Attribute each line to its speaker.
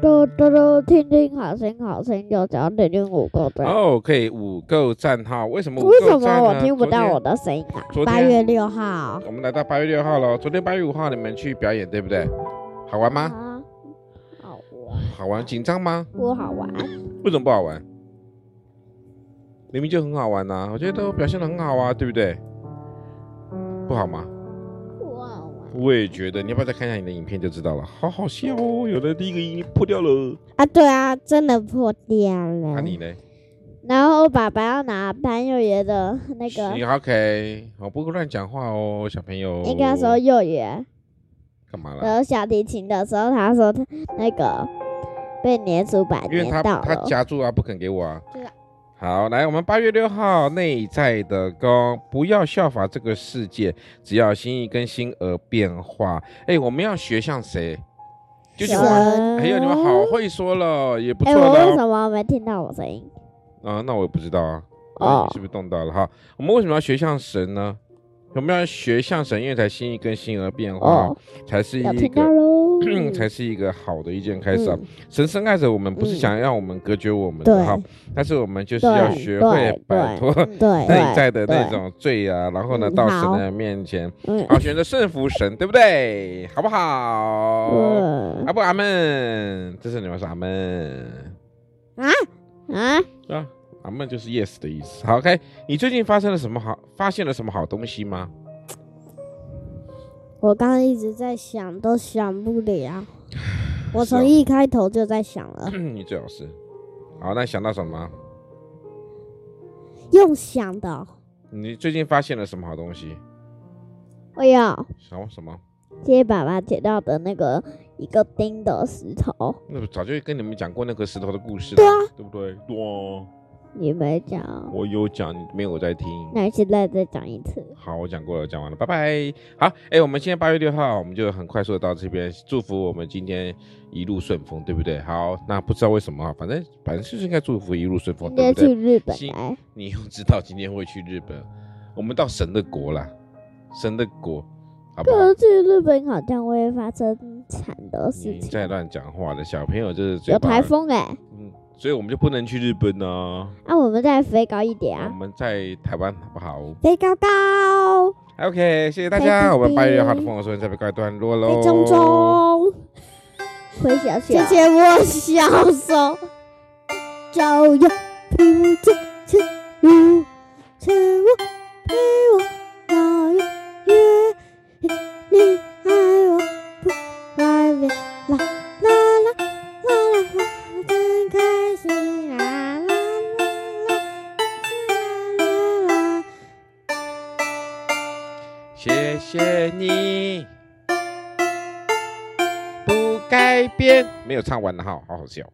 Speaker 1: 嘟嘟嘟，听听好声好声，就讲点听五个赞。
Speaker 2: 哦，可以五个赞哈？为什么五
Speaker 1: 为什
Speaker 2: 个
Speaker 1: 么
Speaker 2: 赞
Speaker 1: 我
Speaker 2: 呢？
Speaker 1: 听不
Speaker 2: 昨
Speaker 1: 到
Speaker 2: 天
Speaker 1: 我的声音啊
Speaker 2: 昨？天
Speaker 1: 八月六号。
Speaker 2: 我们来到八月六号了，昨天八月五号你们去表演对不对？好玩吗？
Speaker 1: 啊，好玩
Speaker 2: 好玩，紧张吗？
Speaker 1: 不好玩？
Speaker 2: 为什么不好玩？明明就很好玩呐、我觉得都表现的很好啊，对不对？不好吗？
Speaker 1: 不好玩
Speaker 2: 我也觉得，你要不要再看一下你的影片就知道了，好好笑哦！有的第一个已经破掉了，
Speaker 1: 啊！对啊，真的破掉了。
Speaker 2: 啊那、你呢？
Speaker 1: 然后爸爸要拿潘幼爷的那
Speaker 2: 你
Speaker 1: 个，
Speaker 2: OK，我不会乱讲话哦，小朋友。
Speaker 1: 应该说幼爷
Speaker 2: 干嘛了？
Speaker 1: 的小提琴的时候，他说他那个被粘鼠板
Speaker 2: 因为
Speaker 1: 粘
Speaker 2: 他
Speaker 1: 到
Speaker 2: 他
Speaker 1: 了。
Speaker 2: 夹住啊，不肯给我啊
Speaker 1: 对啊。
Speaker 2: 好，来，我们八月六号内在的光，不要效法这个世界，只要心意跟心而变化。哎，我们要学像谁？就
Speaker 1: 神
Speaker 2: 像我，哎呀，你们好会说了，也不
Speaker 1: 啊哎、
Speaker 2: 错
Speaker 1: 我
Speaker 2: 的
Speaker 1: 为
Speaker 2: 哦。
Speaker 1: 什么没听到我声音？
Speaker 2: 啊，那我也不知道啊，
Speaker 1: 哦
Speaker 2: 哦，是不是动到了哈？我们为什么要学像神呢？我们要学像神，因为才心意跟心而变化，
Speaker 1: 哦，
Speaker 2: 才是
Speaker 1: 有
Speaker 2: 一
Speaker 1: 听到
Speaker 2: 个。
Speaker 1: 喽
Speaker 2: 才是一个好的一件开始啊。
Speaker 1: 嗯
Speaker 2: 神深爱着我们，不是
Speaker 1: 嗯
Speaker 2: 想让我们隔绝我们的
Speaker 1: 对
Speaker 2: 哈，但是我们就是
Speaker 1: 对
Speaker 2: 要学会
Speaker 1: 对
Speaker 2: 摆脱
Speaker 1: 对对
Speaker 2: 内在的那
Speaker 1: 对
Speaker 2: 种罪啊，然后呢，
Speaker 1: 嗯
Speaker 2: 到
Speaker 1: 好
Speaker 2: 神的面前，
Speaker 1: 嗯
Speaker 2: 然后选择顺服神，对不对？好不好？
Speaker 1: 嗯
Speaker 2: 阿不阿门，这是你们说阿门
Speaker 1: 啊，
Speaker 2: 啊，阿门就是 yes 的意思。好，OK，你最近发生了什么好？发现了什么好东西吗？
Speaker 1: 我刚刚一直在想，都想不了。我
Speaker 2: 是
Speaker 1: 从
Speaker 2: 哦
Speaker 1: 一开头就在想了，
Speaker 2: 你最好是。好，那想到什么？
Speaker 1: 用想的哦。
Speaker 2: 你最近发现了什么好东西？
Speaker 1: 哎呀，
Speaker 2: 什么什么？
Speaker 1: 今天爸爸捡到的那个一个钉的石头，
Speaker 2: 那早就跟你们讲过那个石头的故事了，对啊，对不对？哇，
Speaker 1: 你没讲，
Speaker 2: 我有讲，你没有在听。
Speaker 1: 那现在再讲一次。
Speaker 2: 好，我讲过了，讲完了，拜拜。好，哎，我们现在八月六号，我们就很快速的到这边，祝福我们今天一路顺风，对不对？好，那不知道为什么啊，反正反正就是应该祝福一路顺风，
Speaker 1: 今
Speaker 2: 哦对
Speaker 1: 天
Speaker 2: 不对
Speaker 1: 去？日本
Speaker 2: 新哦
Speaker 1: 来，
Speaker 2: 你又知道今天会去日本，我们到神的国啦，神的国，好不好
Speaker 1: 可？是去日本好像会发生惨的事
Speaker 2: 你
Speaker 1: 情，啊
Speaker 2: 再乱讲话了，小朋友就是嗯嘴
Speaker 1: 有
Speaker 2: 巴
Speaker 1: 台，风哎、
Speaker 2: 嗯，所以我们就不能去日本呢、
Speaker 1: 那、我们再飞高一点
Speaker 2: 我
Speaker 1: 啊，
Speaker 2: 们在台湾好不好？
Speaker 1: 飞高高，
Speaker 2: OK，谢谢大
Speaker 1: 拜
Speaker 2: 家，
Speaker 1: 拜
Speaker 2: 我们八月六号的凤凰说特别快段落喽。
Speaker 3: 在中中，
Speaker 1: 回小学
Speaker 3: 这。些我小手，朝阳平静起舞，请我陪我到永远。你爱我不改变，啦啦啦啦啦啦，真开心啦啦啦啦啦啦啦。
Speaker 2: 谢谢你，不改变，没有唱完的哈，好好笑。